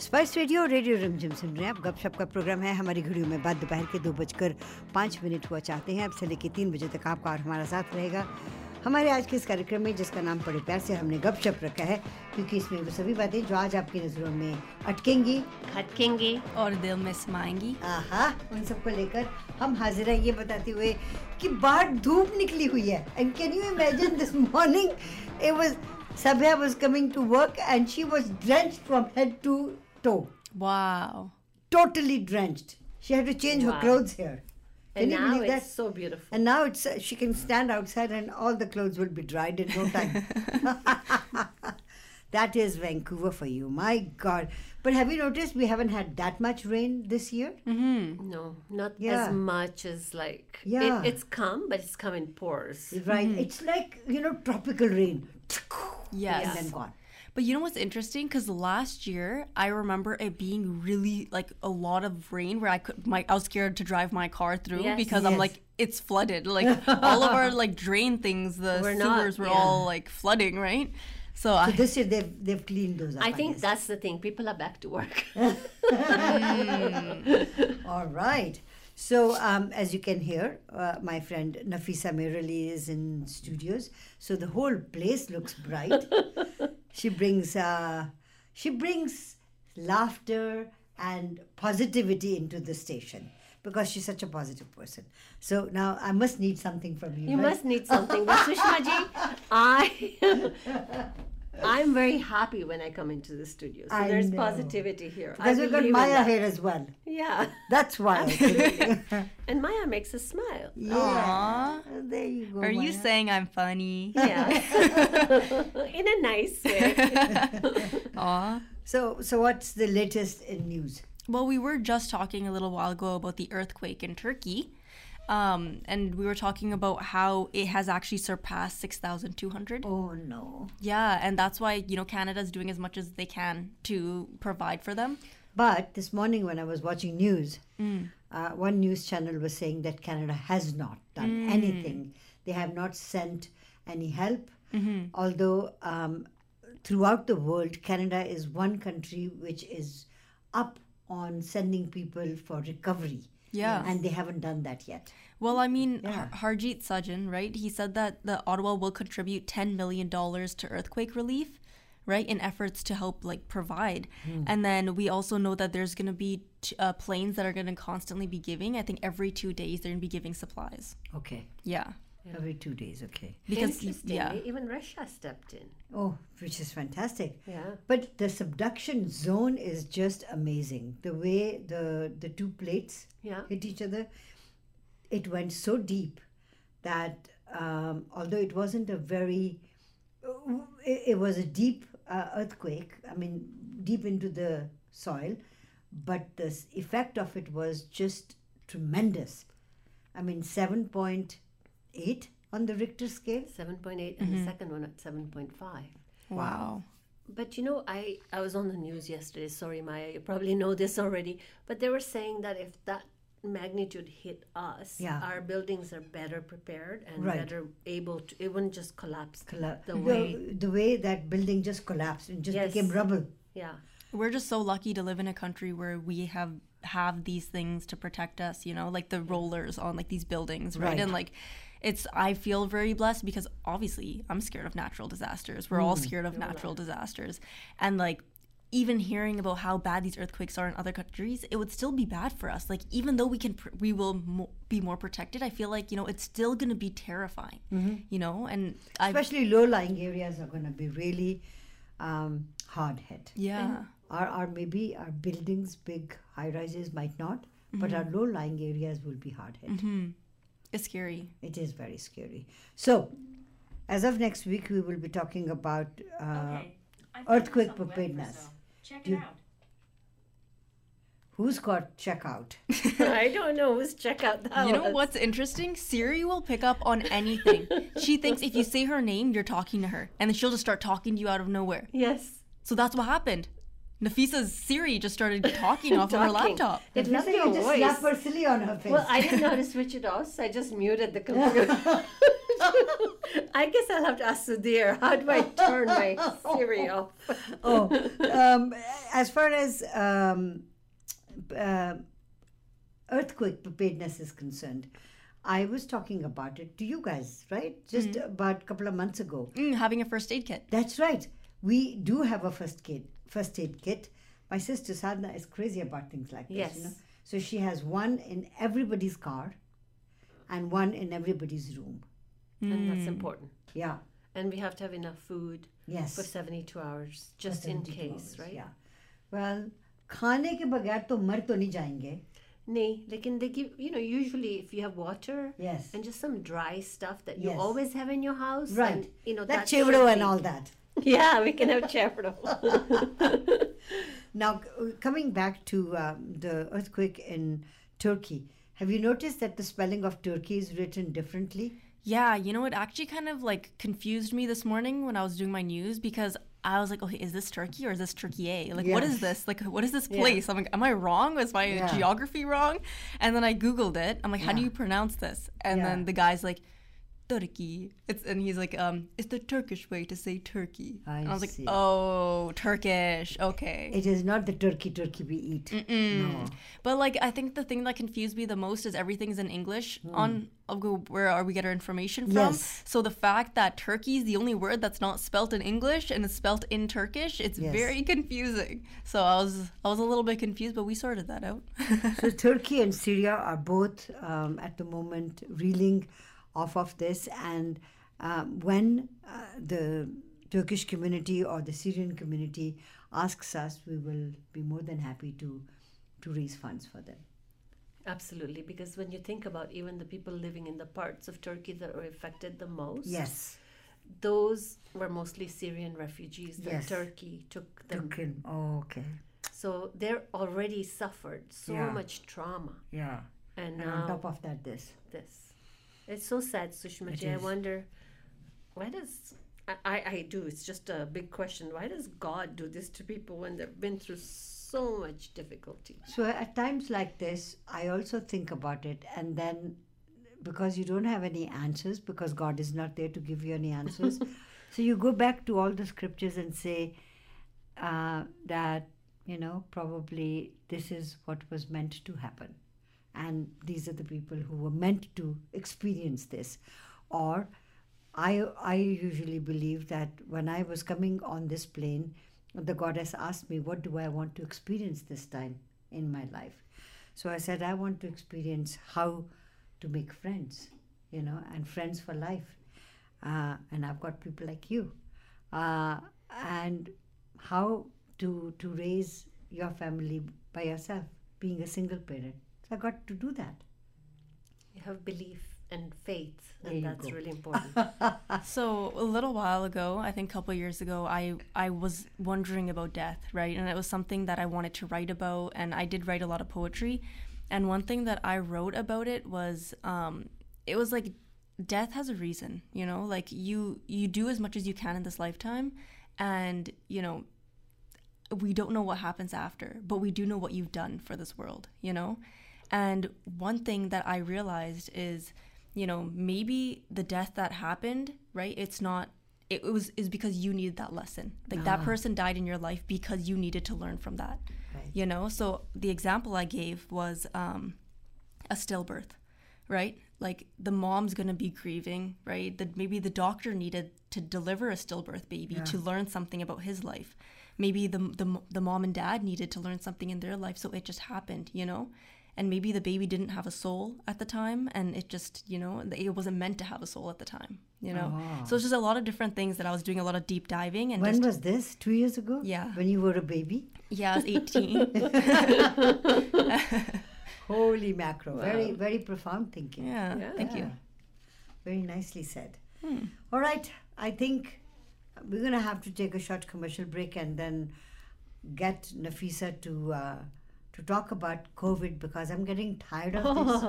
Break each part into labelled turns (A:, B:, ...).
A: Spice radio और radio Rimjhim सुन रहे हैं आप गपशप का प्रोग्राम है हमारी घड़ियों में बाद दोपहर के दो बजकर पाँच मिनट हुआ चाहते हैं अब से लेकर तीन बजे तक आपका और हमारा साथ रहेगा हमारे आज के इस कार्यक्रम में जिसका नाम बड़े प्यार से हमने गपशप रखा है क्योंकि इसमें वो सभी बातें जो आज आपकी नज़रों में अटकेंगी
B: खटकेंगे और दिल में समाएंगी
A: आहा उन सबको लेकर हम हाजिर हैं ये बताते हुए कि बाहर धूप निकली हुई है and can you imagine this morning it was Sabha was coming to work and she was drenched from head to toe.
B: Wow.
A: Totally drenched. She had to change her
C: Wow.
A: clothes here.
C: And
A: Can you
C: now
A: believe
C: it's
A: that?
C: so beautiful.
A: And now it's uh, she can stand outside and all the clothes will be dried in no time. that is Vancouver for you. My God. But have you noticed we haven't had that much rain this year?
C: No, not
A: Yeah.
C: as much as like
A: Yeah.
C: it, it's come, but it's come in pores.
A: Right. It's like, you know, tropical rain.
B: Yes.
A: And then gone.
B: But you know what's interesting? Because last year I remember it being really like a lot of rain where I could my I was scared to drive my car through
C: Yes.
B: because
A: Yes.
B: I'm like it's flooded. Like all of our like drain things, the
C: We're not-
B: sewers were
C: yeah.
B: all like flooding, right? So,
A: So
B: I,
A: this year they've, they've cleaned those up.
C: I think
A: guess.
C: that's the thing. People are back to work.
A: All right. So, um, as you can hear, uh, my friend Nafisa Mirali is in studios. So the whole place looks bright. she brings uh, she brings laughter and positivity into the station because she's such a positive person. So now I must need something from you.
C: You
A: right?
C: must need something. But Sushma ji, I I'm very happy when I come into the studio. So
A: I
C: there's
A: know.
C: positivity here. I
A: Because we've got
C: believe in
A: Maya
C: that.
A: here as well.
C: Yeah.
A: That's why. actually.
C: And Maya makes us smile.
A: yeah. There you go.
C: oh
B: are you
A: Maya.
B: saying I'm funny?
C: Yeah. in a nice way.
B: Aw.
A: So, so what's the latest in news?
B: Well, we were just talking a little while ago about the earthquake in Turkey. Um, and we were talking about how it has actually surpassed 6,200.
A: Oh no.
B: Yeah, and that's why, you know, Canada's doing as much as they can to provide for them.
A: But this morning, when I was watching news,
B: Hmm.
A: uh, one news channel was saying that Canada has not
B: Hmm.
A: done anything. They have not sent any help.
B: Mm-hmm.
A: Although, um, throughout the world, Canada is one country which is up on sending people for recovery.
B: Yeah.
A: And they haven't done that yet.
B: Well, I mean, Har- Harjit Sajjan, right? He said that the Ottawa will contribute $10 million to earthquake relief, right? In efforts to help, like, provide. And then we also know that there's going to be t- uh, planes that are going to constantly be giving. I think every two days they're going to be giving supplies.
A: Okay.
B: Yeah.
A: Every two days, okay.
B: Because,
C: Interestingly,
B: yeah.
C: even Russia stepped in.
A: Oh, which is fantastic.
C: Yeah.
A: But the subduction zone is just amazing. The way the the two plates
C: Yeah.
A: hit each other, it went so deep that um, although it wasn't a very, uh, it, it was a deep uh, earthquake. I mean, deep into the soil, but the s- effect of it was just tremendous. I mean, seven point eight on the Richter scale.
C: 7.8 and the
A: Mm-hmm.
C: second one at 7.5.
B: Wow.
C: But you know, I, I was on the news yesterday. Sorry, Maya, you probably know this already. But they were saying that if that magnitude hit us,
A: Yeah.
C: our buildings are better prepared and
A: Right.
C: better able to, it wouldn't just collapse.
A: colla-
C: The
A: the,
C: way-
A: the way that building just collapsed and just
C: Yes.
A: became rubble.
C: Yeah.
B: We're just so lucky to live in a country where we have have these things to protect us, you know, like the rollers on like these buildings, right?
A: Right.
B: And like it's I feel very blessed because obviously I'm scared of natural disasters. We're
A: Mm-hmm.
B: all scared of natural disasters. And like even hearing about how bad these earthquakes are in other countries, it would still be bad for us. Like even though we can pr- we will mo- be more protected, I feel like, you know, it's still going to be terrifying. You know, and I
A: Mm-hmm. Especially low-lying areas are going to be really um, hard hit.
B: yeah.
A: Our, our maybe our buildings, big high-rises might not, but our
D: Mm-hmm.
A: low-lying areas will be hard hit.
B: It's scary.
A: It is very scary. So, as of next week, we will be talking about uh,
D: Okay. I found
A: earthquake
D: this on
A: preparedness.
D: Webverso. Check
A: Do
D: it
A: you-
D: out.
A: who's got checkout.
C: I don't know who's check out that
B: You know
C: was.
B: what's interesting? Siri will pick up on anything. she thinks if you say her name, you're talking to her, and then she'll just start talking to you out of nowhere.
C: Yes.
B: So that's what happened. Nafisa's Siri just started talking off of her
C: Talking.
B: laptop.
C: It
A: Nothing,
C: left your
A: I just
C: voice.
A: slap her silly on her face.
C: Well, I didn't know how to switch it off, so I just muted the computer. I guess I'll have to ask Sudhir. How do I turn my Siri off?
A: Oh, um, as far as um, uh, earthquake preparedness is concerned, I was talking about it to you guys, right? Just
C: Hmm.
A: about a couple of months ago.
B: Mm, having a first aid kit.
A: That's right. We do have a first kit. First aid kit. My sister Sadhna is crazy about things like this. You know?
C: Yes.
A: So she has one in everybody's car, and one in everybody's room.
B: Hmm.
C: And that's important.
A: Yeah.
C: And we have to have enough food
A: Yes.
C: for 72 hours, just in
A: 72
C: case,
A: hours,
C: right?
A: Yeah. Well, खाने के बगैर तो मर तो नहीं जाएंगे.
C: Nay, like in they give, you know, usually if you have water
A: Yes.
C: and just some dry stuff that you
A: Yes.
C: always have in your house,
A: Right.
C: And, you know,
A: Like
C: that should
A: chevro and
C: be-
A: all that.
C: Yeah, we can have chevro.
A: Now, c- coming back to um, the earthquake in Turkey, have you noticed that the spelling of Turkey is written differently?
B: Yeah, you know, it actually kind of like confused me this morning when I was doing my news because I was like, okay, is this Turkey or is this Turkey? Like, what
A: Yeah.
B: is this? Like, what is this place? I'm like, am I wrong? Is my
A: Yeah.
B: geography wrong? And then I Googled it. I'm like, how do you pronounce this? And
A: Yeah.
B: then the guy's like, Turkey. It's and he's like, um, it's the Turkish way to say Turkey.
A: I
B: and I was like,
A: see.
B: oh, Turkish. Okay.
A: It is not the turkey turkey we eat. No.
B: But like, I think the thing that confused me the most is everything's in English on of go- where are we get our information from.
A: Hmm. Yes.
B: So the fact that Turkey is the only word that's not spelt in English and it's spelt in Turkish, it's
A: Yes.
B: very confusing. So I was I was a little bit confused, but we sorted that out.
A: So Turkey and Syria are both um, at the moment reeling off of this, and um, when uh, the Turkish community or the Syrian community asks us, we will be more than happy to to raise funds for them.
C: Absolutely, because when you think about even the people living in the parts of Turkey that are affected the most,
A: Yes,
C: those were mostly Syrian refugees that
A: Yes.
C: Turkey took them.
A: Turkey. Oh, okay.
C: So they're already suffered so
A: Yeah.
C: much trauma.
A: Yeah.
C: And
A: And on
C: now
A: top of that, this.
C: this. It's so sad, Sushmaji. I
A: is.
C: wonder why does I, I I do, it's just a big question. Why does God do this to people when they've been through so much difficulty?
A: So at times like this, I also think about it, and then because you don't have any answers, because God is not there to give you any answers, so you go back to all the scriptures and say uh, that you know probably this is what was meant to happen, and these are the people who were meant to experience this, or I I usually believe that when I was coming on this plane, the goddess asked me, "What do I want to experience this time in my life?" So I said, "I want to experience how to make friends, you know, and friends for life." Uh, and I've got people like you, uh, and how to to raise your family by yourself, being a single parent. So I got to do that.
C: You have belief and faith,
A: There you
C: and that's
A: go.
C: really important.
B: So a little while ago, I think a couple years ago, I I was wondering about death, right? And it was something that I wanted to write about, and I did write a lot of poetry. And one thing that I wrote about it was, um, it was like death has a reason, you know, like you you do as much as you can in this lifetime, and you know we don't know what happens after, but we do know what you've done for this world, you know? And one thing that I realized is, you know, maybe the death that happened, right? It's not it was is because you needed that lesson. Like that person died in your life because you needed to learn from that.
A: Right.
B: You know? So the example I gave was um a stillbirth, right? Like the mom's gonna be grieving, right? That maybe the doctor needed to deliver a stillbirth baby to learn something about his life. Maybe the, the the mom and dad needed to learn something in their life, so it just happened, you know. And maybe the baby didn't have a soul at the time, and it just, you know, it wasn't meant to have a soul at the time, you know. So it's just a lot of different things that I was doing a lot of deep diving and
A: Oh, When
B: just,
A: was this? Two years ago?
B: Yeah.
A: When you were a baby?
B: yeah, I was eighteen.
A: Holy macro. Very, very profound thinking.
B: yeah,
C: Yeah.
B: thank you. Hmm.
A: Very nicely said. All right. I think we're going to have to take a short commercial break and then get Nafisa to uh, to talk about COVID because I'm getting tired of this.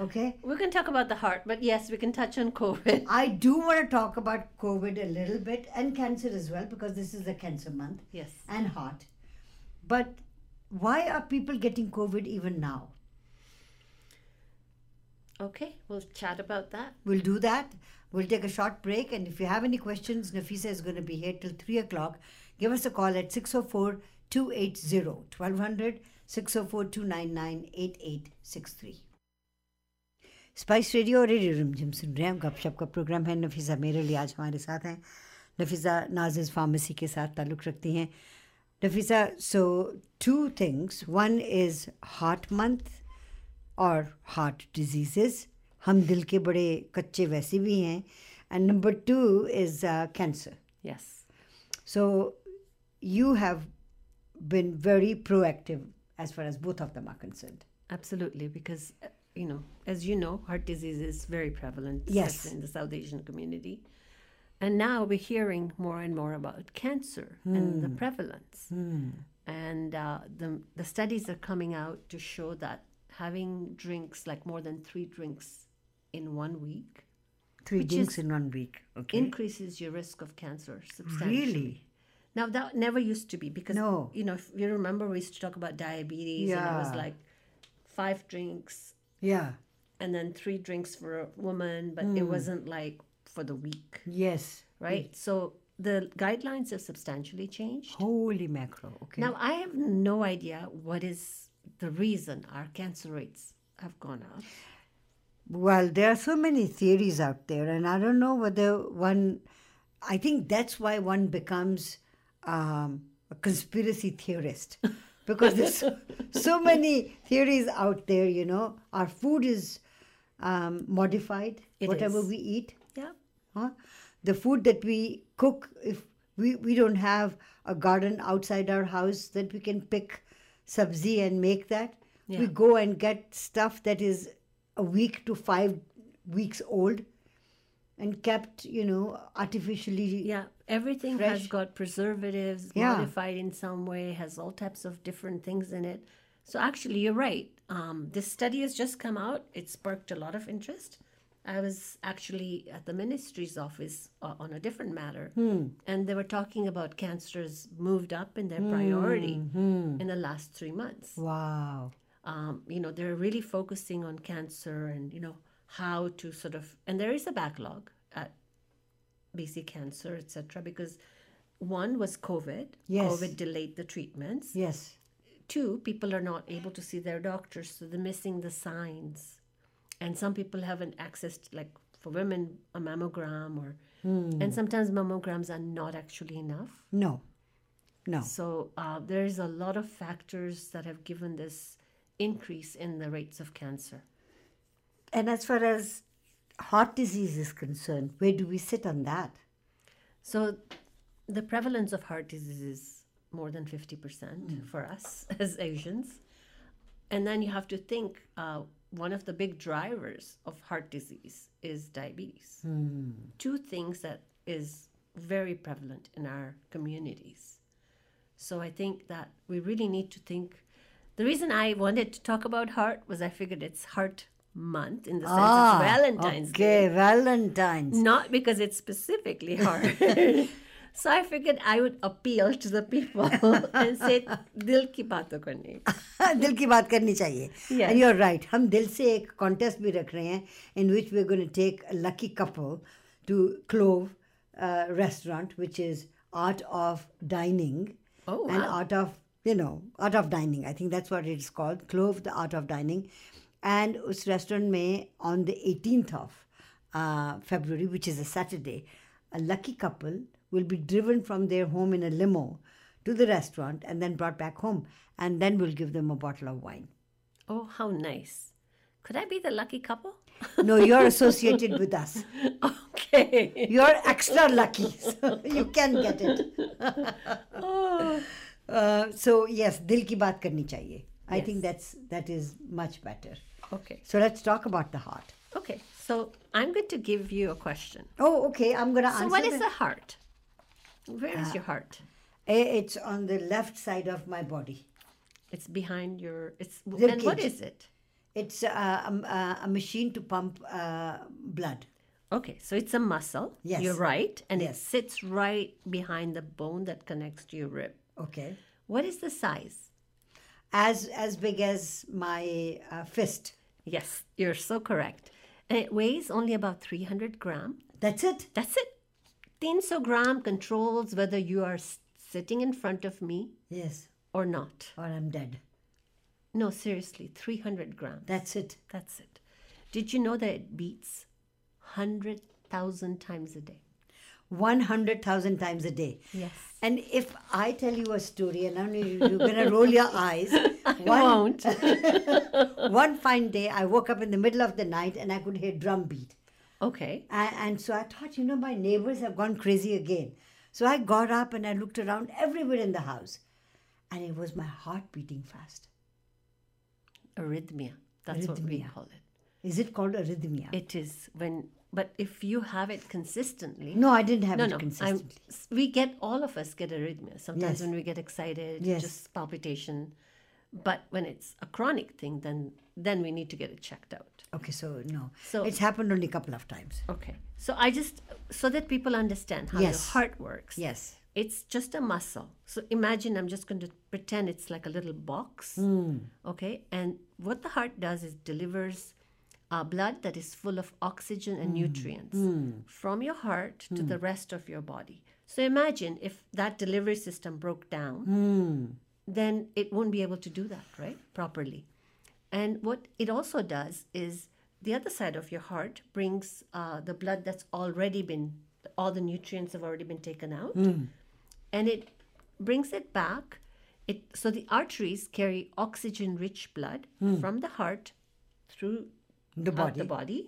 A: Okay.
C: we can talk about the heart, but yes, we can touch on COVID.
A: I do want to talk about COVID a little bit and cancer as well because this is the cancer month
C: Yes.
A: and heart. But why are people getting COVID even now?
C: Okay, we'll chat about that.
A: We'll do that. We'll take a short break. And if you have any questions, Nafisa is going to be here till 3 o'clock. Give us a call at 604 280 1200 604 299 8863. Spice radio और radio Rimjhim सुन रहे हैं हम गपशप का programme है नफीसा मेरे लिए आज हमारे साथ हैं नफीसा नाजिज फार्मेसी के साथ ताल्लुक़ रखती हैं Nafisa so two things one is heart month और हार्ट डिजीज़ हम दिल के बड़े कच्चे वैसे भी हैं and number two is cancer
C: Yes.
A: So you have been very proactive as far as both of them are concerned
C: Absolutely, because uh, you know, as you know, heart disease is very prevalent,
A: Yes.
C: especially in the South Asian community. And now we're hearing more and more about cancer and
A: Hmm.
C: the prevalence. And uh, the the studies are coming out to show that having drinks like more than three drinks in one week
A: three
C: Which
A: drinks
C: is-
A: in one week okay
C: increases your risk of cancer substantially.
A: really
C: Now that never used to be because
A: No.
C: you know if you remember we used to talk about diabetes and it was
A: Yeah.
C: like five drinks
A: yeah
C: and then three drinks for a woman, but it wasn't like for the week,
A: yes
C: right? So the guidelines have substantially
A: Oh,
C: changed.
A: Holy mackerel. Okay.
C: Now, I have no idea what is the reason our cancer rates have gone up.
A: well, there are so many theories out there, and I don't know whether one. I think that's why one becomes um, a conspiracy theorist because there's so, so many theories out there. You know, our food is um, modified.
C: It
A: whatever
C: is.
A: we eat,
C: Yeah.
A: huh? the food that we cook if we, we don't have a garden outside our house that we can pick sabzi and make that we
C: Yeah.
A: go and get stuff that is a week to five weeks old and kept you know artificially
C: Yeah. Everything has
A: Fresh.
C: got preservatives,
A: Yeah.
C: modified in some way, has all types of different things in it. So actually, you're right. Um, this study has just come out. It sparked a lot of interest. I was actually at the ministry's office uh, on a different matter,
A: Hmm.
C: and they were talking about cancers moved up in their priority
A: Hmm,
C: in the last three months
A: wow
C: um, you know they're really focusing on cancer and you know how to sort of and there is a backlog at bc cancer etc because one was covid
A: Yes.
C: covid delayed the treatments
A: yes
C: two people are not able to see their doctors so they're missing the signs and some people haven't accessed like for women a mammogram or and sometimes mammograms are not actually enough
A: no no
C: so uh, there is a lot of factors that have given this increase in the rates of cancer.
A: and as far as heart disease is concerned where do we sit on that
C: So the prevalence of heart disease is more than 50% for us as Asians. And then you have to think uh, one of the big drivers of heart disease is diabetes. Two things that is very prevalent in our communities. So I think that we really need to think. The reason I wanted to talk about heart was I figured it's heart month in the sense it's Valentine's Day
A: okay valentine's
C: not because it's specifically hard. so I figured I would appeal to the people and say, "Dil ki baaton karni."
A: दिल की बात करनी चाहिए
C: Yes.
A: And you are right हम दिल से एक contest भी रख रहे हैं in which we going take a lucky couple to clove uh, restaurant which is art of dining
C: Oh,
A: and
C: wow.
A: art of you know art of dining i think that's what it's called clove the art of dining and us restaurant may on the 18th of uh, february which is a saturday a lucky couple will be driven from their home in a limo to the restaurant and then brought back home and then we'll give them a bottle of wine
C: Oh, how nice! Could I be the lucky couple?
A: no you're associated with us
C: Okay.
A: you're extra lucky so you can get it
C: Oh,
A: uh, so yes dil ki baat karni chahiye i think that's that is much better
C: okay.
A: So let's talk about the heart.
C: Okay. So I'm going to give you a question.
A: Oh, okay. I'm gonna answer. Uh,
C: So, what is
A: that.
C: the heart? Where is your heart?
A: Eh, It's on the left side of my body.
C: It's behind your. It's
A: Rib
C: and what
A: cage.
C: is it?
A: It's uh, um, uh, a machine to pump uh, blood.
C: Okay, so it's a muscle.
A: Yes.
C: You're right, and
A: Yes.
C: it sits right behind the bone that connects to your rib.
A: Okay.
C: What is the size?
A: As as big as my uh, fist.
C: Yes, you're so correct. And it weighs only about 300 gram.
A: That's it.
C: That's it. 300 gram controls whether you are s- sitting in front of me
A: Yes.
C: or not.
A: Or I'm dead.
C: No, seriously, 300 grams.
A: That's it.
C: That's it. Did you know that it beats 100,000 times a day?
A: 100,000 times a day.
C: Yes.
A: And if I tell you a story, and I know you- you're going to roll your eyes, one,
C: Won't.
A: one fine day I woke up in the middle of the night and I could hear drum beat.
C: okay.
A: And, and so I thought, you know, my neighbors have gone crazy again. So I got up and I looked around everywhere in the house. And it was my heart beating fast.
C: Arrhythmia. That's what we
A: Arrhythmia.
C: call it.
A: Is it called arrhythmia?
C: It is when, but if you have it consistently,
A: no, I didn't have
C: no,
A: it
C: no. I'm,
A: consistently.
C: s- we get all of us get arrhythmia
A: Yes.
C: sometimes when we get excited,
A: Yes.
C: just palpitation. But when it's a chronic thing, then then we need to get it checked out.
A: Okay, so no.
C: So-
A: it's happened only a couple of times.
C: Okay. So I just so that people understand how your
A: Yes.
C: heart works.
A: Yes.
C: It's just a muscle. So imagine I'm just going to pretend it's like a little box. Okay. And what the heart does is delivers uh, blood that is full of oxygen and nutrients from your heart to the rest of your body. So imagine if that delivery system broke down, then it won't be able to do that, right? Properly. And what it also does is the other side of your heart brings uh, the blood that's already been, all the nutrients have already been taken out, and it brings it back. It so the arteries carry oxygen-rich blood from the heart through
A: The
C: out
A: body.
C: the body.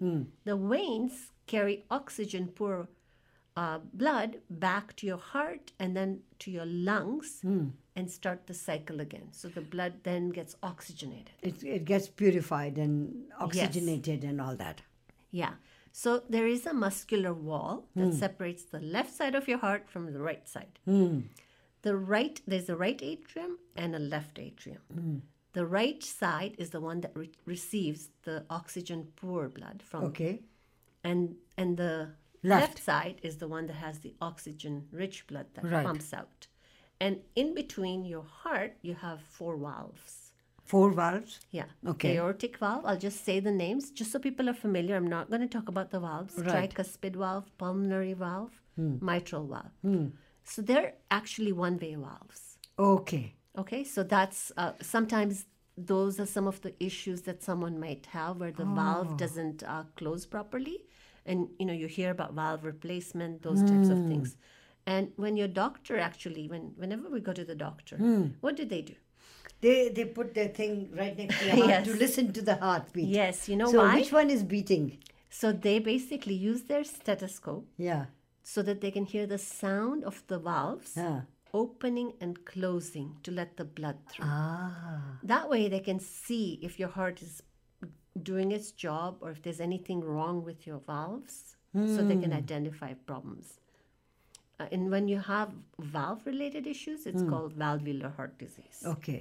C: The veins carry oxygen-poor uh, blood back to your heart and then to your lungs, and start the cycle again. So the blood then gets oxygenated.
A: It, it gets purified and oxygenated and all that.
C: Um, Yeah. So there is a muscular wall that
A: Hmm.
C: separates the left side of your heart from the right side.
A: Hmm.
C: The right, there's a right atrium and a left atrium.
A: Hmm.
C: The right side is the one that re- receives the oxygen poor blood from,
A: Okay.
C: and and the left.
A: Left.
C: side is the one that has the oxygen rich blood that
A: Right.
C: pumps out. And in between your heart, you have four valves.
A: Four valves.
C: Yeah.
A: Okay.
C: Aortic valve. I'll just say the names just so people are familiar. I'm not going to talk about the valves.
A: Right. Hmm.
C: Tricuspid valve, pulmonary valve, mitral valve. So they're actually one-way valves.
A: Okay.
C: Okay. So that's uh, sometimes those are some of the issues that someone might have where the valve
A: Oh.
C: doesn't uh, close properly, and you know you hear about valve replacement, those
A: Hmm.
C: types of things. And when your doctor actually, when whenever we go to the doctor,
A: Hmm.
C: what do they do?
A: They they put their thing right next to your heart
C: Yes.
A: to listen to the heartbeat.
C: Yes, you know
A: so
C: why?
A: which one is beating?
C: So they basically use their stethoscope
A: Yeah.
C: so that they can hear the sound of the valves
A: Yeah.
C: opening and closing to let the blood through.
A: Ah.
C: That way they can see if your heart is doing its job or if there's anything wrong with your valves so they
A: Hmm.
C: can identify problems. Uh, and when you have valve related issues, it's
A: Hmm.
C: called valvular heart disease.
A: Okay.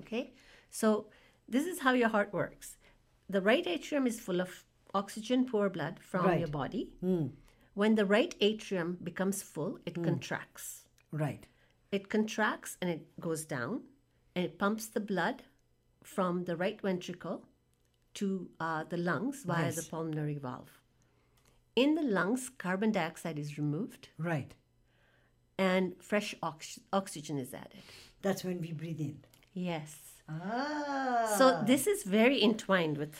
C: Okay, so this is how your heart works. The right atrium is full of oxygen poor blood from
A: Right.
C: your body. When the right atrium becomes full, it contracts.
A: Right.
C: It contracts and it goes down and it pumps the blood from the right ventricle to uh, the lungs via the
A: Yes.
C: pulmonary valve. In the lungs, carbon dioxide is removed
A: Right.
C: and fresh ox- oxygen is added.
A: That's when we breathe in.
C: Yes.
A: Ah. Um,
C: So this is very entwined with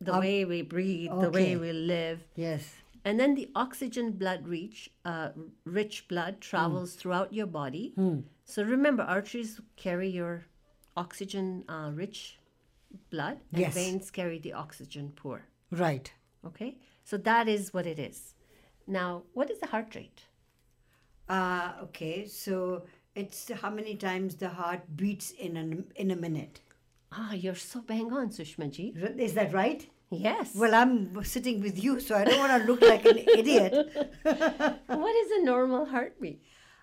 C: the way we breathe, the way
A: okay.
C: we live,
A: Yes.
C: and then the oxygen blood reach, uh, rich blood
A: Hmm.
C: travels throughout your body. So remember, arteries carry your oxygen uh, rich blood, and
A: Yes.
C: veins carry the oxygen poor.
A: Right.
C: Okay, so that is what it is. Now, what is the heart rate?
A: Ah. okay. So it's how many times the heart beats in an in a minute.
C: Ah, you're so bang on, Sushmaji.
A: R- Is that right?
C: Yes.
A: Well, I'm sitting with you, so I don't want to look like an idiot.
C: what is a normal heartbeat?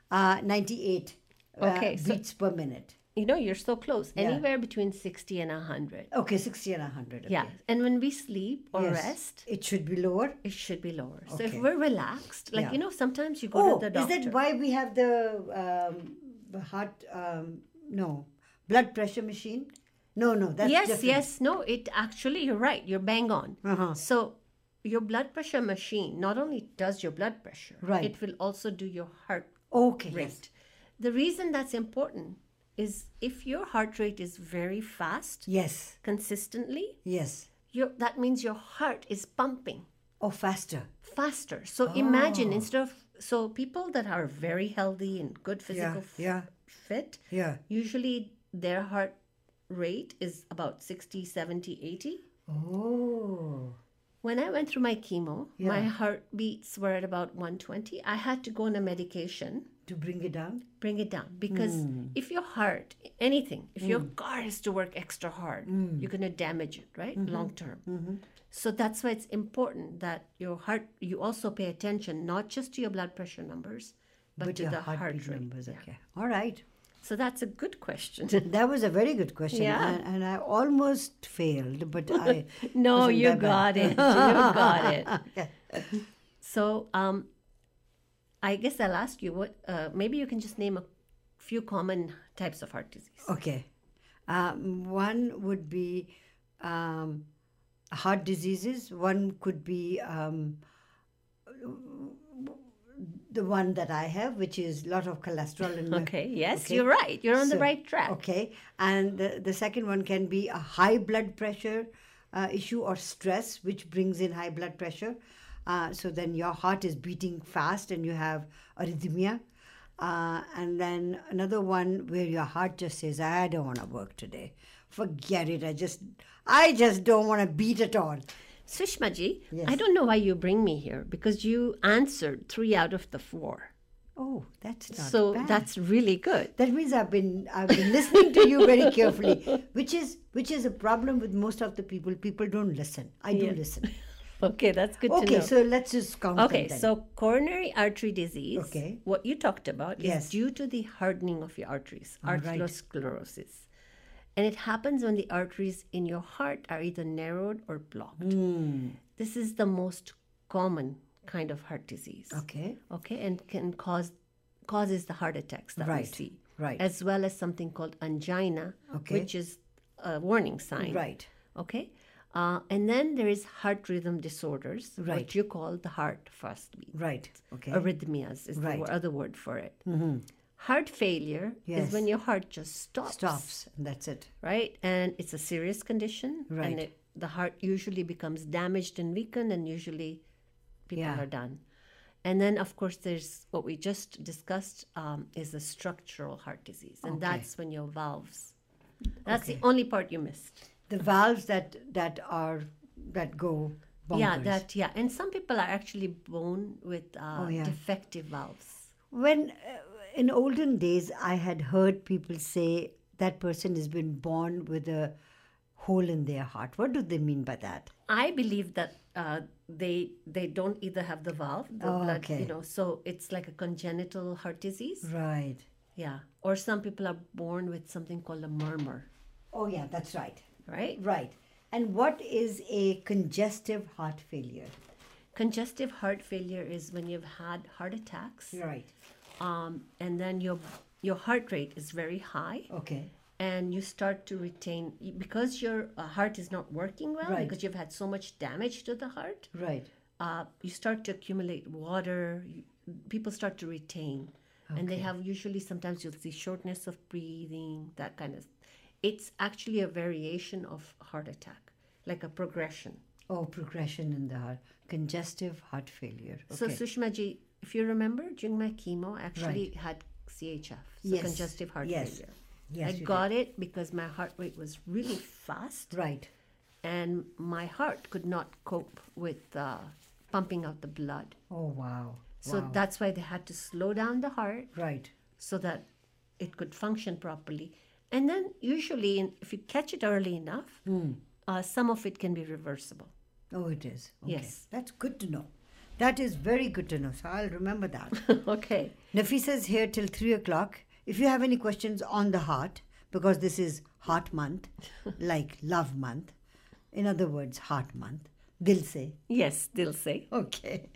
A: Uh, 98
C: Okay,
A: uh,
C: so-
A: beats per minute.
C: You know, you're so close.
A: Yeah.
C: Anywhere between 60 and 100.
A: Okay, 60 and 100. Okay.
C: Yeah. And when we sleep or
A: Yes.
C: rest,
A: It should be lower.
C: it should be lower. So if
A: Okay.
C: we're relaxed, like,
A: Yeah.
C: you know, sometimes you go
A: Oh,
C: to the
A: is
C: doctor.
A: that why we have the um, the heart? Um, no, blood pressure machine. No, no, that's
C: yes,
A: different.
C: yes, no, it actually, you're right, you're bang on.
A: Uh-huh.
C: So, your blood pressure machine not only does your blood pressure,
A: Right.
C: it will also do your heart
A: Okay.
C: rate.
A: Yes.
C: The reason that's important is if your heart rate is very fast
A: Yes.
C: consistently,
A: Yes.
C: your, that means your heart is pumping
A: Or faster.
C: faster. So imagine
A: Ah.
C: instead of so people that are very healthy and good physical f-
A: yeah.
C: fit,
A: Yeah.
C: usually their heart rate is about 60, 70, 80.
A: Oh.
C: When I went through my chemo, my
A: Yeah.
C: heartbeats were at about 120. I had to go on a medication
A: To bring it down.
C: bring it down because
A: Mm.
C: if your heart anything if your car has to work extra hard
A: Mm.
C: you're going to damage it right
A: Mm-hmm.
C: long term so that's why it's important that your heart you also pay attention not just to your blood pressure numbers but, to
A: your
C: the heart
A: heartbeat
C: rate
A: numbers.
C: Yeah.
A: Okay. All right.
C: so that's a good question
A: That was a very good question.
C: Yeah.
A: And, and I almost failed, but I.
C: no
A: wasn't
C: you
A: that bad.
C: got it you got it
A: Okay.
C: so um i guess i'll ask you what uh, maybe you can just name a few common types of heart disease
A: Okay. Um, one would be um, heart diseases. One could be um, the one that I have, which is a lot of cholesterol in my
C: okay yes
A: Okay.
C: you're right you're on the
A: So- oh.
C: right track
A: Okay. And the, the second one can be a high blood pressure uh, issue or stress, which brings in high blood pressure. Uh, so then your heart is beating fast and you have arrhythmia. Uh, and then another one where your heart just says, I don't want to work today. Forget it. I just, I just don't want to beat at all.
C: Sushma ji, I
A: Yes.
C: don't know why you bring me here because you answered three out of the four.
A: Oh, that's not
C: so
A: bad.
C: that's really good.
A: That means I've been I've been listening to you very carefully, which is which is a problem with most of the people. People don't listen. I do listen.
C: Okay, that's good to
A: Okay,
C: know.
A: so let's just count them
C: okay,
A: then.
C: so coronary artery disease,
A: Okay.
C: what you talked about
A: Yes.
C: is due to the hardening of your arteries,
A: right.
C: arteriosclerosis. And it happens when the arteries in your heart are either narrowed or blocked.
A: Hmm.
C: This is the most common kind of heart disease.
A: okay,
C: okay and can cause causes the heart attacks that we
A: Right,
C: see
A: right.
C: as well as something called angina
A: Okay.
C: which is a warning sign
A: right,
C: okay uh, and then there is heart rhythm disorders what
A: Right.
C: you call the heart fastbeat
A: right, okay,
C: arrhythmias
A: Right.
C: is
A: Mm-hmm.
C: the wo- other word for it heart failure is
A: Yes.
C: when your heart just stops
A: stops and that's it.
C: right and it's a serious condition
A: Right.
C: and it, the heart usually becomes damaged and weakened and usually people
A: Yeah.
C: are done and then of course there's what we just discussed um, is a structural heart disease and
A: Okay.
C: that's when your valves that's the only part you missed
A: The valves that that are that go bonkers.
C: yeah that yeah and some people are actually born with uh,
A: Oh, yeah.
C: defective valves
A: when uh, in olden days I had heard people say that person has been born with a hole in their heart. What do they mean by that?
C: i believe that uh, they they don't either have the valve the
A: Oh,
C: blood
A: okay.
C: you know so it's like a congenital heart disease
A: Right.
C: Yeah. Or some people are born with something called a murmur,
A: Oh yeah, that's right.
C: right?
A: Right. And what is a congestive heart failure?
C: Congestive heart failure is when you've had heart attacks,
A: Right.
C: um, and then your your heart rate is very high,
A: Okay.
C: and you start to retain because your uh, heart is not working well
A: Right.
C: because you've had so much damage to the heart.
A: Right.
C: Uh, you start to accumulate water. You, people start to retain, and they have usually sometimes you'll see shortness of breathing, that kind of. It's actually a variation of heart attack, like a progression.
A: Oh, progression in the heart. Congestive heart failure.
C: So
A: Okay.
C: Sushma ji, if you remember, during my chemo, I actually had CHF, so
A: Yes.
C: congestive heart
A: Yes.
C: failure.
A: Yes,
C: I
A: you did.
C: got it because my heart rate was really fast,
A: Right.
C: and my heart could not cope with uh, pumping out the blood.
A: Oh, wow.
C: So
A: wow.
C: that's why they had to slow down the heart
A: Right.
C: so that it could function properly. And then usually, in, if you catch it early enough,
A: Hmm.
C: uh, some of it can be reversible.
A: Oh, it is. Okay.
C: Yes.
A: That's good to know. That is very good to know. So I'll remember that.
C: okay.
A: Nafisa's here till three o'clock. If you have any questions on the heart, because this is heart month, like love month, in other words, heart month, dil se,
C: Yes, they'll say.
A: Okay.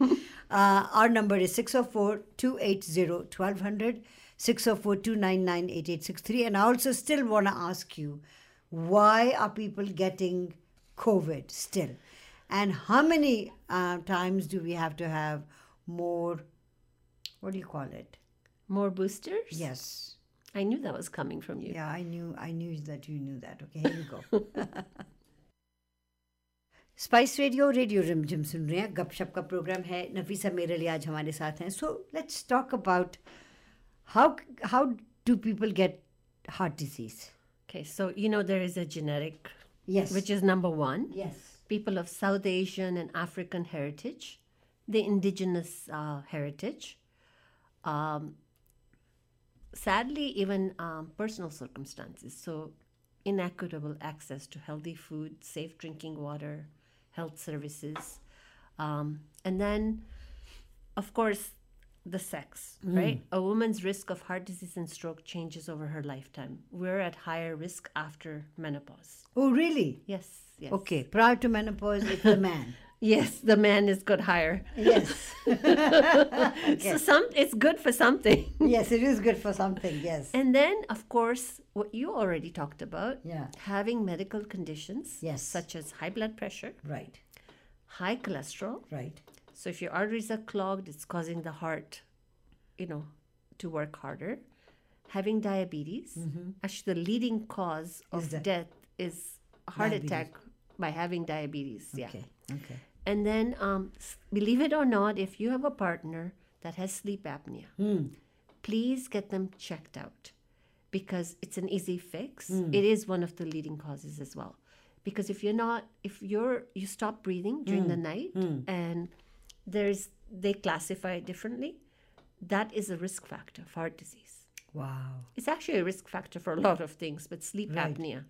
A: Uh, our number is 604 280 1200, 604 299 8863. And I also still want to ask you why are people getting COVID still? And how many uh, times do we have to have more, what do you call it?
C: More boosters?
A: Yes.
C: I knew that was coming from you.
A: Yeah, I knew, I knew that you knew that. Okay, here you go. Spice radio radio Rimjhim सुन रहे हैं गपशप का programme है नफीसा मेरे लिए आज हमारे साथ हैं so let's talk about how how do people get heart disease
C: Okay, so you know there is a genetic,
A: yes
C: which is number one.
A: yes
C: People of South Asian and African heritage, the indigenous uh, heritage. Um, sadly, even um, personal circumstances. So, inequitable access to healthy food, safe drinking water, health services. Um, and then, of course, the sex, right? A woman's risk of heart disease and stroke changes over her lifetime. We're at higher risk after menopause.
A: oh really
C: Yes, yes.
A: okay prior to menopause it's the man
C: Yes, the man is good higher.
A: yes
C: So some it's good for something.
A: yes it is good for something yes
C: And then of course what you already talked about,
A: Yeah.
C: having medical conditions
A: Yes.
C: such as high blood pressure,
A: right
C: high cholesterol.
A: right
C: So if your arteries are clogged, it's causing the heart, you know, to work harder. Having diabetes, actually the leading cause
A: Mm-hmm.
C: of
A: Is that-
C: death is a heart
A: Diabetes.
C: attack by having diabetes. Yeah.
A: okay okay
C: And then, um, s- believe it or not, if you have a partner that has sleep apnea, please get them checked out because it's an easy fix. It is one of the leading causes as well. Because if you're not, if you're, you stop breathing during the night and there's, they classify it differently, that is a risk factor for heart disease.
A: wow
C: It's actually a risk factor for a lot of things, but sleep
A: Right.
C: apnea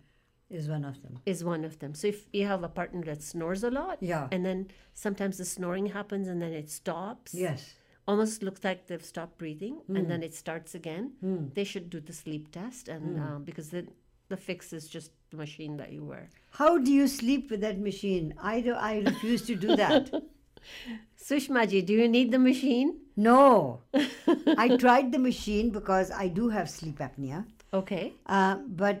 A: is one of them
C: is one of them. So if you have a partner that snores a lot,
A: Yeah.
C: and then sometimes the snoring happens and then it stops,
A: yes
C: almost looks like they've stopped breathing
A: Hmm.
C: and then it starts again. They should do the sleep test,
A: Hmm.
C: and um, because the the fix is just the machine that you wear.
A: how do you sleep with that machine i do i refuse to do that
C: Sushmaji, do you need the machine?
A: no i tried the machine because i do have sleep apnea
C: Okay,
A: Uh, but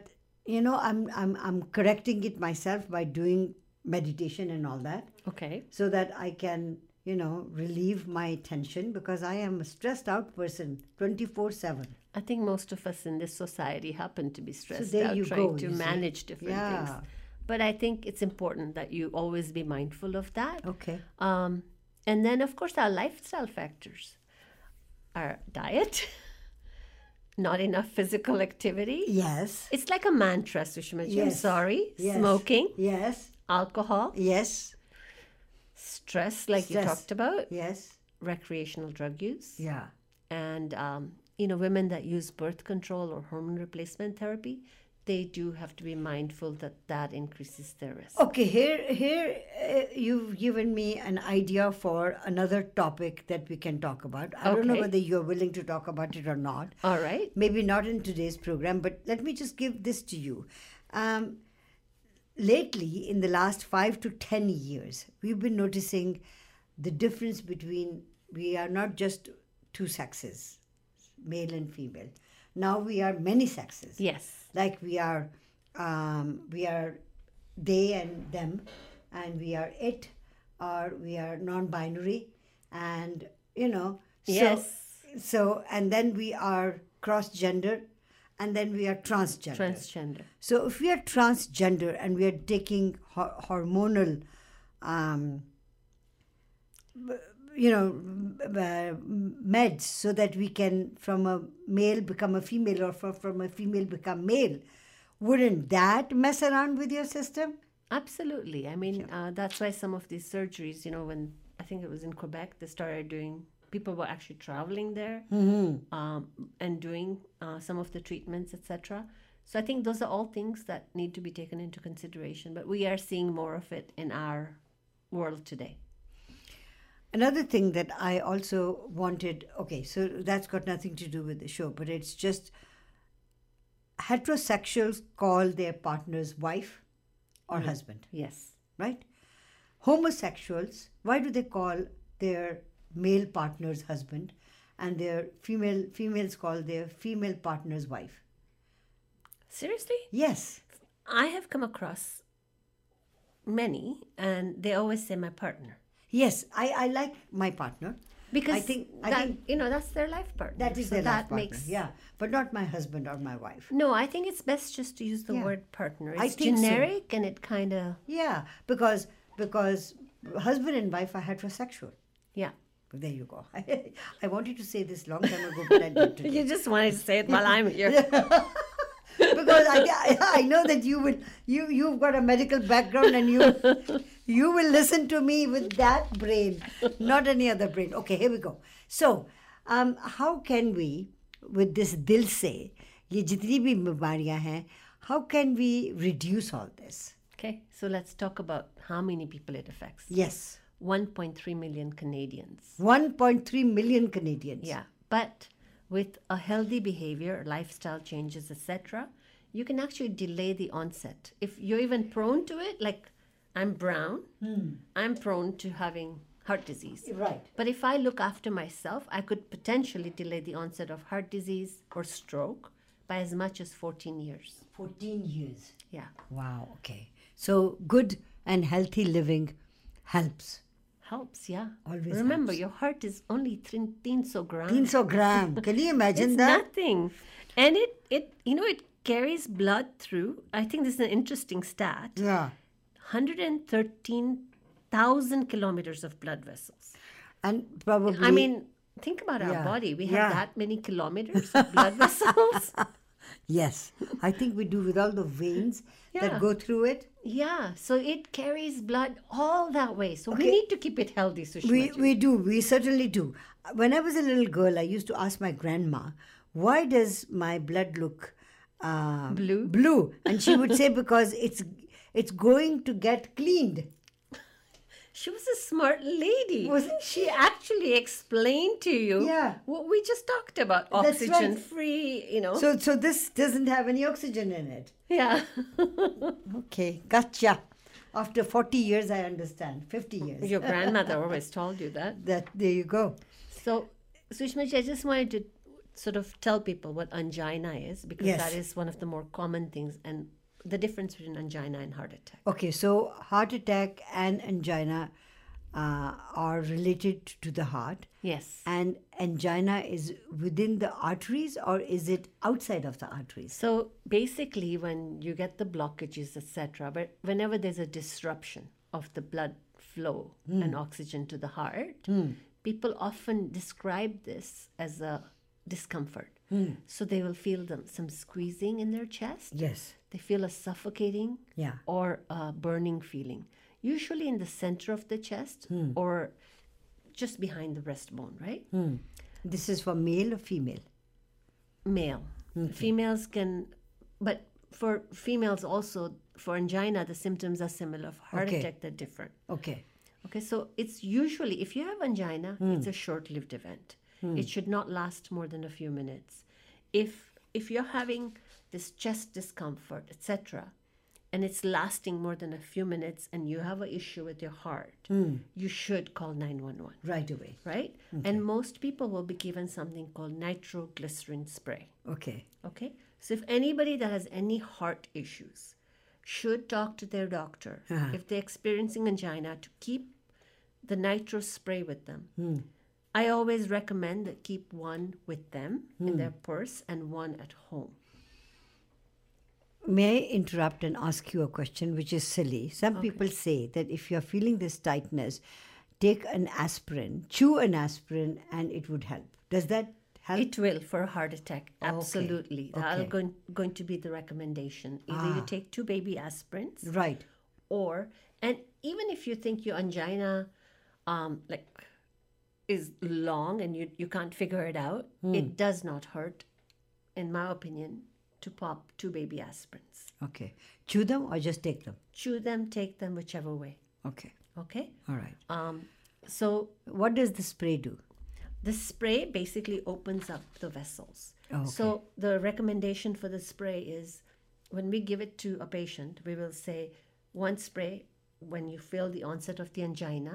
A: you know, I'm I'm I'm correcting it myself by doing meditation and all that,
C: okay,
A: so that I can you know relieve my tension because I am a stressed out person, twenty four seven.
C: I think most of us in this society happen to be stressed
A: there
C: out
A: you
C: trying
A: go,
C: to
A: you see.
C: manage different
A: Yeah.
C: things. But I think it's important that you always be mindful of that.
A: Okay.
C: Um, and then, of course, our lifestyle factors our diet, not enough physical activity.
A: Yes.
C: It's like a mantra, Sushmaji. I'm
A: Yes.
C: sorry.
A: Yes.
C: Smoking,
A: Yes.
C: alcohol,
A: Yes.
C: stress, like you
A: Stress.
C: talked about,
A: Yes.
C: recreational drug use,
A: Yeah.
C: and, um, you know, women that use birth control or hormone replacement therapy. They do have to be mindful that that increases their risk.
A: Okay. Here, here, uh, you've given me an idea for another topic that we can talk about. I don't know
C: Okay.
A: whether you're willing to talk about it or not.
C: All right.
A: maybe not in today's program, but let me just give this to you. Um, lately, in the last five to ten years, we've been noticing the difference between we are not just two sexes, male and female. Now we are many sexes.
C: Yes.
A: Like we are, um, we are they and them, and we are it, or we are non-binary, and you know. so-
C: yes.
A: so and then we are cross gender and then we are transgender
C: Transgender.
A: so if we are transgender and we are taking ho- hormonal um b- you know m- uh, meds so that we can from a male become a female or from, from a female become male wouldn't that mess around with your system
C: Absolutely. I mean, uh, that's why some of these surgeries, you know, when I think it was in Quebec, they started doing, people were actually traveling there
A: Mm-hmm.
C: um, and doing uh, some of the treatments, etc. So I think those are all things that need to be taken into consideration. But we are seeing more of it in our world today.
A: Another thing that I also wanted, okay, so that's got nothing to do with the show, but it's just heterosexuals call their partner's wife or husband,
C: Yes.
A: right? Homosexuals, why do they call their male partner's husband and their female females call their female partner's wife?
C: Seriously?
A: Yes.
C: I have come across many, and they always say my partner
A: Yes, I, I like my partner.
C: because
A: I think- I
C: that,
A: think-
C: you know that's their life partner.
A: That is
C: so
A: their
C: that
A: life partner.
C: makes
A: yeah, but not my husband or my wife.
C: No, I think it's best just to use the
A: Yeah.
C: word partner.
A: I
C: It's
A: think so.
C: generic and it kind of
A: Yeah, because because husband and wife are heterosexual.
C: yeah.
A: There you go. I wanted to say this long time ago, but I didn't.
C: You just wanted to say it while I'm here.
A: because I, I, I know that you will you you've got a medical background and you you will listen to me with that brain not any other brain okay here we go so um, how can we with this dil se ye jitni bhi bimariyan hain how can we reduce all this
C: Okay, so let's talk about how many people it affects.
A: yes
C: 1.3 million Canadians.
A: 1.3 million canadians
C: Yeah, but with a healthy behavior, lifestyle changes, etc., you can actually delay the onset. If you're even prone to it, like I'm brown, I'm prone to having heart disease.
A: right
C: But if I look after myself, I could potentially delay the onset of heart disease or stroke by as much as 14 years.
A: 14 years
C: Yeah.
A: wow okay so good and healthy living helps
C: Helps, yeah.
A: Always
C: Remember, your heart is only 300 grams.
A: 300 gram can you imagine
C: Ah. It's
A: that
C: nothing. And it, it, you know, it carries blood through. I think this is an interesting stat
A: Yeah.
C: 113,000 kilometers of blood vessels.
A: And probably
C: I mean, think about our
A: Yeah.
C: body. We have
A: Yeah.
C: that many kilometers of blood vessels.
A: yes. I think we do with all the veins
C: Yeah.
A: that go through it.
C: Yeah, so it carries blood all that way. So we need to keep it healthy, Sushma.
A: We we do. We certainly do. When I was a little girl, I used to ask my grandma, "Why does my blood look uh,
C: Blue?
A: Blue, and she would say, "Because it's it's going to get cleaned."
C: she was a smart lady.
A: Wasn't
C: she actually explained to you
A: Yeah.
C: what we just talked about
A: right.
C: oxygen free, you know?
A: So so this doesn't have any oxygen in it.
C: yeah.
A: Okay, gotcha. After forty years, I understand. Fifty years.
C: Your grandmother always told you that.
A: That there you go.
C: So, Sushma, I just wanted to sort of tell people what angina is because
A: Yes.
C: that is one of the more common things and the difference between angina and heart attack.
A: Okay, so heart attack and angina uh, are related to the heart,
C: Yes.
A: and angina is within the arteries or is it outside of the arteries?
C: So basically, when you get the blockages, etc., but whenever there's a disruption of the blood flow and oxygen to the heart, people often describe this as a discomfort. So they will feel them, some squeezing in their chest.
A: Yes.
C: They feel a suffocating
A: Yeah.
C: or a burning feeling, usually in the center of the chest or just behind the breastbone, right?
A: This is for male or female?
C: male. Females can, but for females also, for angina, the symptoms are similar. For heart
A: Okay.
C: attack, they're different.
A: Okay.
C: Okay, so it's usually, if you have angina, it's a short lived event. It should not last more than a few minutes. If if you're having this chest discomfort, etc., and it's lasting more than a few minutes and you have an issue with your heart, you should call 911,
A: Right away.
C: right? And most people will be given something called nitroglycerin spray.
A: Okay.
C: Okay? So if anybody that has any heart issues should talk to their doctor if they're experiencing angina to keep the nitro spray with them. I always recommend that keep one with them in their purse and one at home.
A: May I interrupt and ask you a question which is silly? Some people say that if you're feeling this tightness, take an aspirin, chew an aspirin, and it would help. Does that help?
C: It will for a heart attack. Absolutely. That's
A: Okay.
C: going, going to be the recommendation. Either you take two baby aspirins
A: right.
C: or and even if you think your angina um like is long and you you can't figure it out it does not hurt in my opinion to pop two baby aspirins
A: Okay. Chew them or just take them?
C: chew them take them whichever way
A: Okay.
C: okay
A: All right.
C: um so
A: What does the spray do?
C: the spray basically opens up the vessels
A: Oh, Okay.
C: so the recommendation for the spray is when we give it to a patient we will say
A: Hmm.
C: one spray when you feel the onset of the angina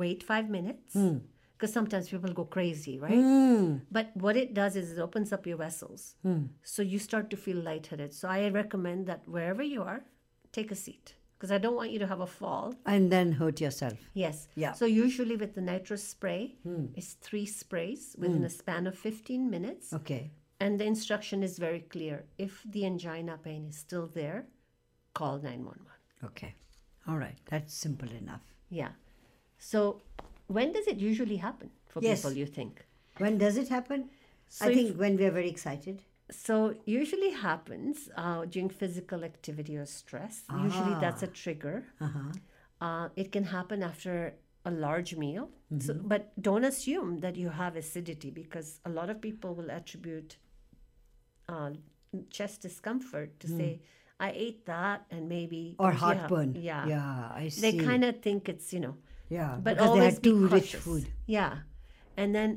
C: wait five minutes because sometimes people go crazy, right?
A: Hmm.
C: But what it does is it opens up your vessels. So you start to feel lightheaded. So I recommend that wherever you are, take a seat because I don't want you to have a fall.
A: and then hurt yourself.
C: Yes.
A: Yeah.
C: So usually with the nitrous spray, it's three sprays within a span of 15 minutes.
A: Okay.
C: And the instruction is very clear. If the angina pain is still there, call 911.
A: Okay. All right. That's simple enough.
C: Yeah. So when does it usually happen for
A: Yes.
C: people, you think?
A: When does it happen?
C: So
A: I
C: if-
A: think when we are very excited.
C: So usually happens uh, during physical activity or stress. Usually that's a trigger. Uh, it can happen after a large meal, so,
A: Mm-hmm.
C: but don't assume that you have acidity because a lot of people will attribute uh, chest discomfort to say, "I ate that," and maybe
A: Mm. Or
C: yeah,
A: heartburn.
C: Yeah,
A: Yeah, I see.
C: they kind of think it's you know
A: yeah,
C: but
A: because
C: always
A: they had too
C: be
A: rich
C: cautious.
A: food.
C: Yeah, and then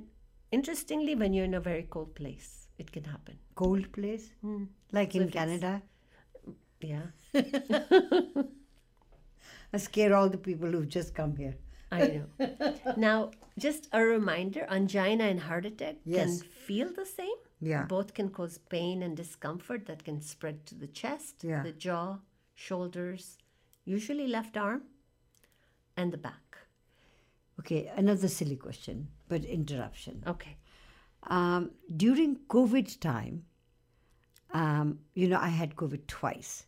C: interestingly, when you're in a very cold place, it can happen.
A: Cold place?
C: Hmm.
A: Like in
C: if it's-
A: Canada?
C: Yeah,
A: I scare all the people who've just come here.
C: I know. now, just a reminder: angina and heart attack
A: Yes.
C: can feel the same.
A: Yeah.
C: both can cause pain and discomfort that can spread to the chest,
A: Yeah.
C: the jaw, shoulders, usually left arm, and the back.
A: Okay, another silly question, but interruption.
C: Okay.
A: Um, during COVID time, um, you know, I had COVID twice.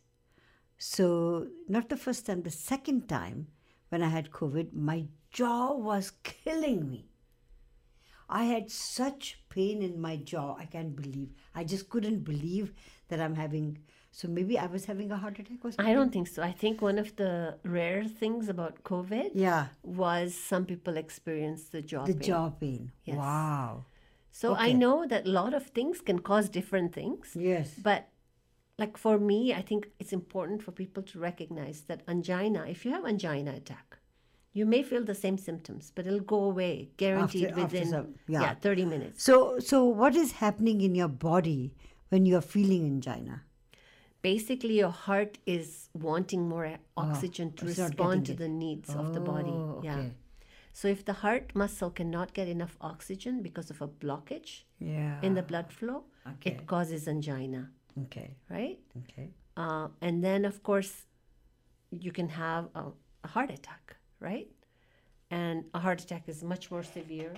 A: So, not the first time, the second time when I had COVID, my jaw was killing me. I had such pain in my jaw. I can't believe. I just couldn't believe that I'm having. So, maybe I was having a heart attack or something.
C: I don't think so. I think one of the rare things about COVID
A: Yeah,
C: was some people experience the jaw
A: the
C: pain.
A: jaw pain.
C: Yes.
A: Wow.
C: So I
A: Okay.
C: know that a lot of things can cause different things,
A: Yes.
C: but like for me, I think it's important for people to recognize that angina, if you have angina attack, you may feel the same symptoms, but it'll go away guaranteed
A: after
C: within
A: some- yeah.
C: yeah. 30 minutes.
A: So, so what is happening in your body when you are feeling angina?
C: Basically, your heart is wanting more oxygen to
A: Oh, it's not
C: respond to
A: getting
C: the needs of the body.
A: Oh,
C: Yeah.
A: okay.
C: So if the heart muscle cannot get enough oxygen because of a blockage
A: Yeah.
C: in the blood flow,
A: Ah. Okay.
C: it causes angina,
A: Okay.
C: right?
A: Okay.
C: Uh, and then, of course, you can have a, a heart attack, right? And a heart attack is much more severe.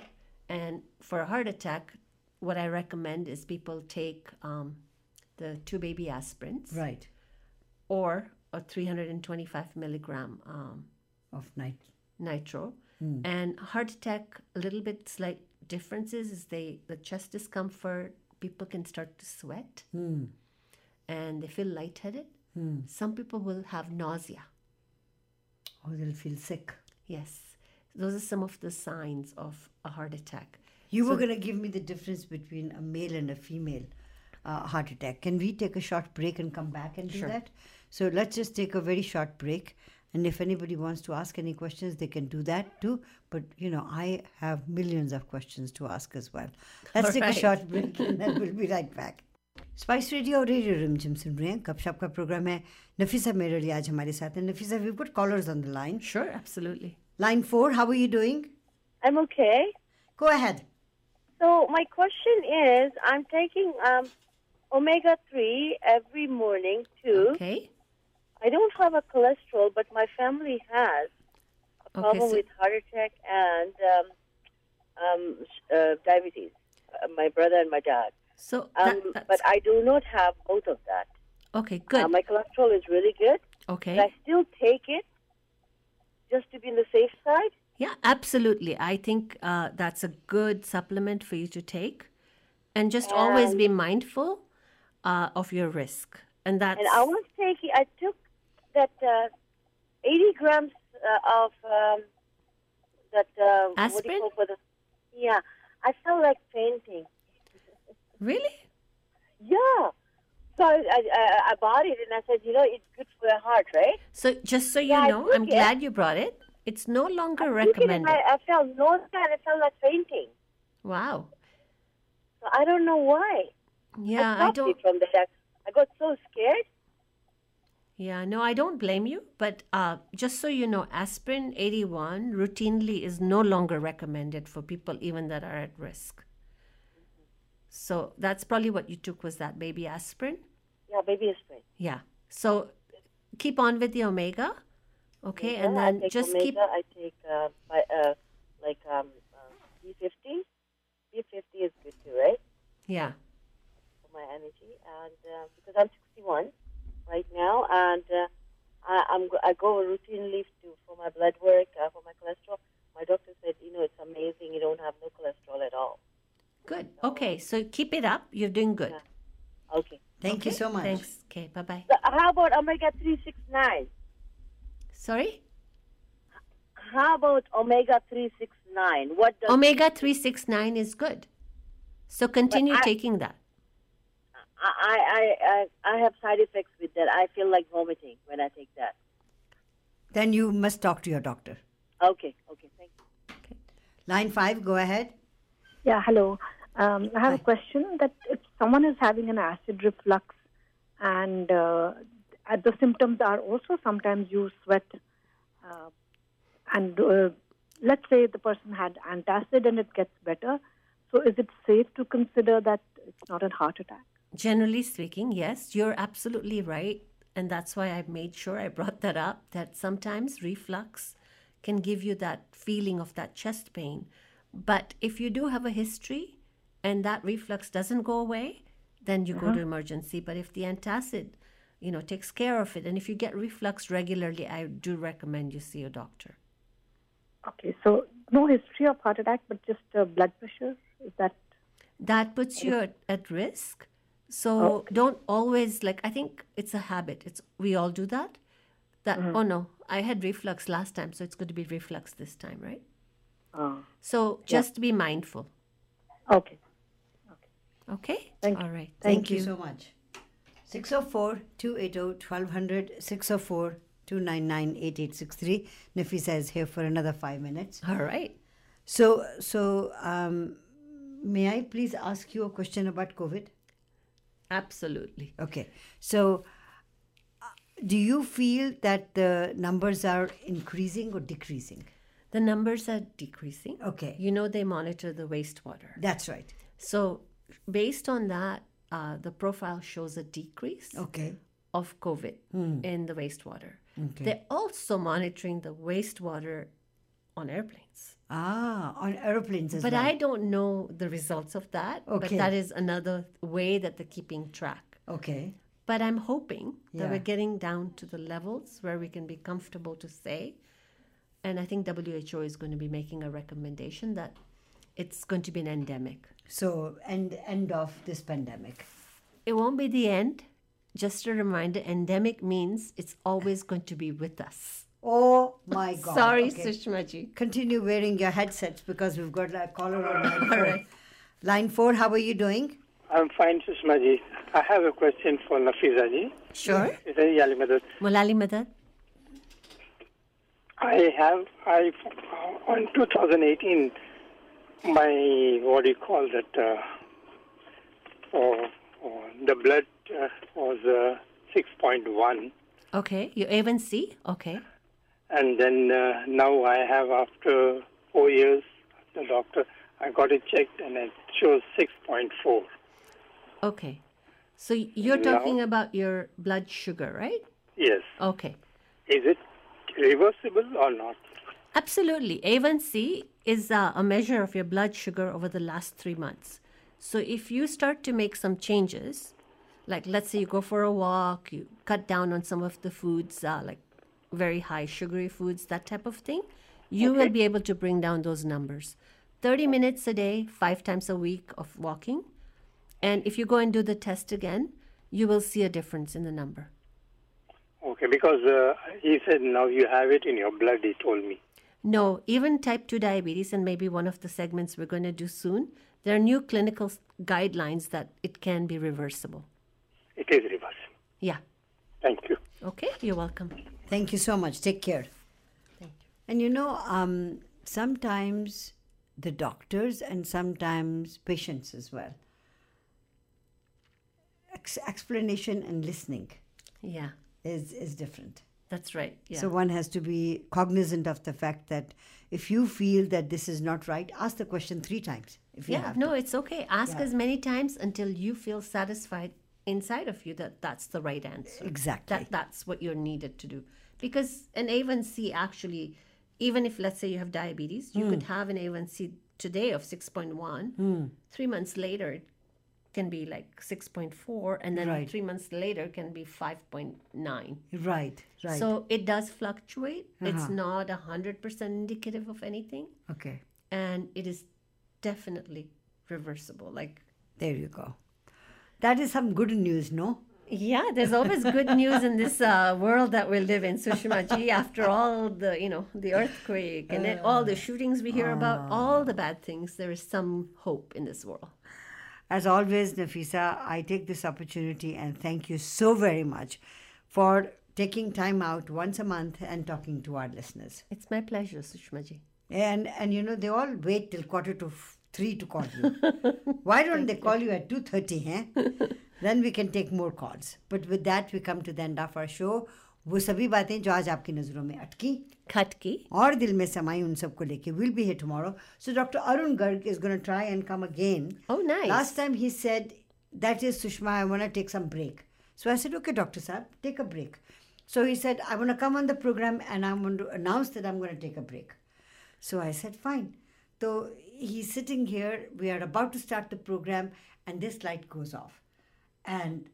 C: And for a heart attack, what I recommend is people take um, the two baby aspirins
A: Right.
C: or a 325 milligram um,
A: Of night.
C: nitro. And heart attack, a little bit slight differences is they the chest discomfort. People can start to sweat,
A: Hmm.
C: and they feel lightheaded. Some people will have nausea.
A: Or Oh, they'll feel sick.
C: Yes, those are some of the signs of a heart attack.
A: You were going to give me the difference between a male and a female uh, heart attack. Can we take a short break and come back and do that? So let's just take a very short break. And if anybody wants to ask any questions, they can do that too. But you know, I have millions of questions to ask as well. Let's take a
C: Alright.
A: short break and then we'll be right back. Spice radio और radio Rimjhim सुन रहे हैं गपशप का programme है नफीसा मेरे लिए आज हमारे साथ हैं Nafisa we put callers on the line
C: Sure, absolutely.
A: Line four how are you doing
D: I'm okay.
A: Go ahead
D: So my question is, I'm taking um, omega three every morning too.
C: Okay.
D: I don't have a cholesterol, but my family has a
C: Okay.
D: problem
C: So,
D: with heart attack and um, um, sh- uh, diabetes. Uh, my brother and my dad.
C: so that,
D: Um,
C: that's
D: but I do not have both of that.
C: okay. Good.
D: Uh, my cholesterol is really good, but
C: okay.
D: I still take it just to be on the safe side.
C: Yeah, absolutely. I think uh, that's a good supplement for you to take. And just always be mindful uh, of your risk. And that's.
D: And I was taking, I took that uh, 80 grams uh, of um, that, uh, what do
C: Aspirin?
D: you call for the, yeah, I felt like fainting.
C: Really?
D: Yeah. So I, I, I- I bought it and I said, you know, it's good for the heart, right?
C: So just so you
D: Yeah, I
C: know, I'm
D: took it.
C: glad you brought it. It's no longer
D: Took it and
C: recommended.
D: I, I felt nausea and I felt like fainting.
C: Wow.
D: So I don't know why.
C: Yeah, I
D: I stopped
C: don't.
D: it from the I got so scared.
C: Yeah, no, I don't blame you. But uh, just so you know, aspirin 81 routinely is no longer recommended for people even that are at risk. So that's probably what you took was that baby aspirin.
D: Yeah, baby aspirin.
C: Yeah. So keep on with the omega. Okay. and
D: Yeah, I
C: then
D: take
C: just
D: omega,
C: keep.
D: I take uh, by, uh, like um, uh, B50. B50 is good too, right?
C: Yeah.
D: for my energy, and uh, because I'm 61 right now, and uh, I, I'm go- I go routinely to for my blood work uh, for my cholesterol. My doctor said, you know, it's amazing. You don't have no cholesterol at all.
C: Good. Okay. So keep it up. You're doing good.
D: Okay.
A: Thank you
C: Okay?
A: so much.
C: Thanks. Okay. Bye bye.
D: So how about omega 369?
C: Sorry?
D: How about omega 369? What does
C: Omega 369 is good. So continue
D: I-
C: taking that.
D: I, I I I have side effects with that. I feel like vomiting when I take that.
A: Then you must talk to your doctor.
D: Okay. Okay. Thank you.
A: Line five, go ahead.
E: Yeah, hello. Um, I have a
A: Hi.
E: question that if someone is having an acid reflux and uh, uh, the symptoms are also sometimes you sweat, uh, and uh, let's say the person had antacid and it gets better, so is it safe to consider that it's not a heart attack?
C: Generally speaking, yes, you're absolutely right. And that's why I made sure I brought that up that sometimes reflux can give you that feeling of that chest pain. But if you do have a history and that reflux doesn't go away, then you go to emergency. But if the antacid, you know, takes care of it, and if you get reflux regularly, I do recommend you see a doctor.
E: Okay, so no history of heart attack, but just uh, blood pressure. Is that
C: that puts you at, at risk so don't always like i think it's a habit it's we all do that that oh no i had reflux last time so it's going to be reflux this time right
E: uh,
C: so just be mindful
E: okay?
C: okay
E: Thank you.
C: all right
A: Thank, you. so much. 604 280 1200 604 299 8863. Nafisa is here for another five minutes.
C: all right
A: So, so um, may I please ask you a question about COVID?
C: absolutely
A: Okay. So, uh, do you feel that the numbers are increasing or decreasing?
C: the numbers are decreasing
A: Okay.
C: you know they monitor the wastewater
A: That's right.
C: so based on that uh, the profile shows a decrease
A: Okay.
C: of COVID in the wastewater.
A: Hmm. Okay.
C: They're also monitoring the wastewater on airplanes.
A: Ah, on aeroplanes as
C: But
A: well.
C: I don't know the results of that. But
A: Okay.
C: that is another way that they're keeping track.
A: Okay.
C: But I'm hoping that
A: Yeah.
C: we're getting down to the levels where we can be comfortable to say. And I think WHO is going to be making a recommendation that it's going to be an endemic.
A: So, and end of this pandemic.
C: It won't be the end. Just a reminder endemic means it's always going to be with us.
A: Oh my God.
C: Sorry,
A: Okay.
C: Sushmaji.
A: Continue wearing your headsets because we've got a caller on line four. Line four, how are you doing?
F: I'm fine, Sushma ji. I have a question for Nafiza ji.
C: Sure.
F: Nafiza ji, Ali Madad.
C: Mulali Madad.
F: I have, I, on 2018, my, what do you call that, uh, oh, oh, the blood uh, was uh, 6.1.
C: Okay. Your A1C. Okay.
F: And then uh, now I have, after four years, the doctor, I got it checked and it shows 6.4.
C: Okay. So y- you're
F: Hello?
C: talking about your blood sugar, right?
F: Yes.
C: Okay.
F: Is it reversible or not?
C: Absolutely. A1C is uh, a measure of your blood sugar over the last three months. So if you start to make some changes, like let's say you go for a walk, you cut down on some of the foods, uh, like very high sugary foods, that type of thing, you will be able to bring down those numbers. 30 minutes a day, five times a week of walking. And if you go and do the test again, you will see a difference in the number.
F: Okay, because uh, he said now you have it in your blood, he told me.
C: No, even type 2 diabetes, and maybe one of the segments we're going to do soon, there are new clinical s- guidelines that it can be reversible.
F: It is reversible.
C: Yeah.
F: Thank you.
C: Okay, you're welcome.
A: Thank you so much. Take care.
C: Thank you.
A: And you know, um, sometimes the doctors and sometimes patients as well. Ex- explanation and listening.
C: Yeah.
A: is is different.
C: That's right. Yeah.
A: So one has to be cognizant of the fact that if you feel that this is not right, ask the question three times. If you
C: yeah.
A: have to.
C: No, it's okay. Ask as many times until you feel satisfied inside of you that that's the right answer.
A: Exactly.
C: That that's what you're needed to do. Because an A1C actually, even if let's say you have diabetes, you
A: Hmm.
C: could have an A1C today of 6.1. Three months later, it can be like 6.4, and then
A: Right.
C: three months later can be 5.9.
A: Right. Right.
C: So it does fluctuate. It's
A: Uh-huh.
C: not a 100% indicative of anything,
A: okay.
C: and it is definitely reversible. Like,
A: There you go. That is some good news, no?
C: yeah, there's always good news in this uh, world that we live in, Sushimaji. After all the, you know, the earthquake and then all the shootings we hear about, all the bad things, there is some hope in this world.
A: As always, Nafisa, I take this opportunity and thank you so very much for taking time out once a month and talking to our listeners.
C: It's my pleasure, Sushimaji.
A: And and you know they all wait till quarter to f- three to call you. Why don't they call you at two thirty? Eh? then we can take more calls. But with that, we come to the end of our show. वो सभी बातें जो आज आपकी नज़रों में अटकी
C: Khatki.
A: और दिल में समाई उन सबको लेके will be here tomorrow. So Dr. Arun Garg is going to try and come again.
C: Oh, nice.
A: Last time he said, that is Sushma, I want to take some break. So I said, okay, Dr. Saab, take a break. So he said, I want to come on the program and I'm going to announce that I'm going to take a break. So I said, fine. So he's sitting here, we are about to start the program and this light goes off. And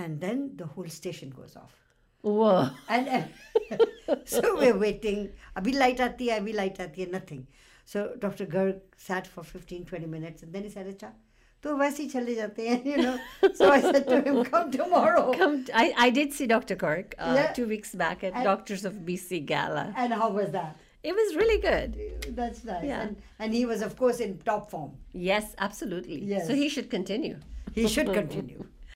A: and then the whole station goes off.
C: Whoa.
A: And, and- so we're waiting. Abhi light aati hai, abhi light aati hai, nothing. So Dr. Garg sat for 15, 20 minutes and then he said, Acha, तो वैसे ही चले जाते हैं, you know. So I said to him, come tomorrow.
C: Come t- I, I did see Dr. Kork uh,
A: Yeah.
C: two weeks back at
A: And-
C: Doctors of BC Gala.
A: And how was that?
C: It was really good.
A: That's nice.
C: Yeah.
A: And, and he was, of course, in top form.
C: Yes, absolutely.
A: Yes.
C: So he should continue.
A: He should continue.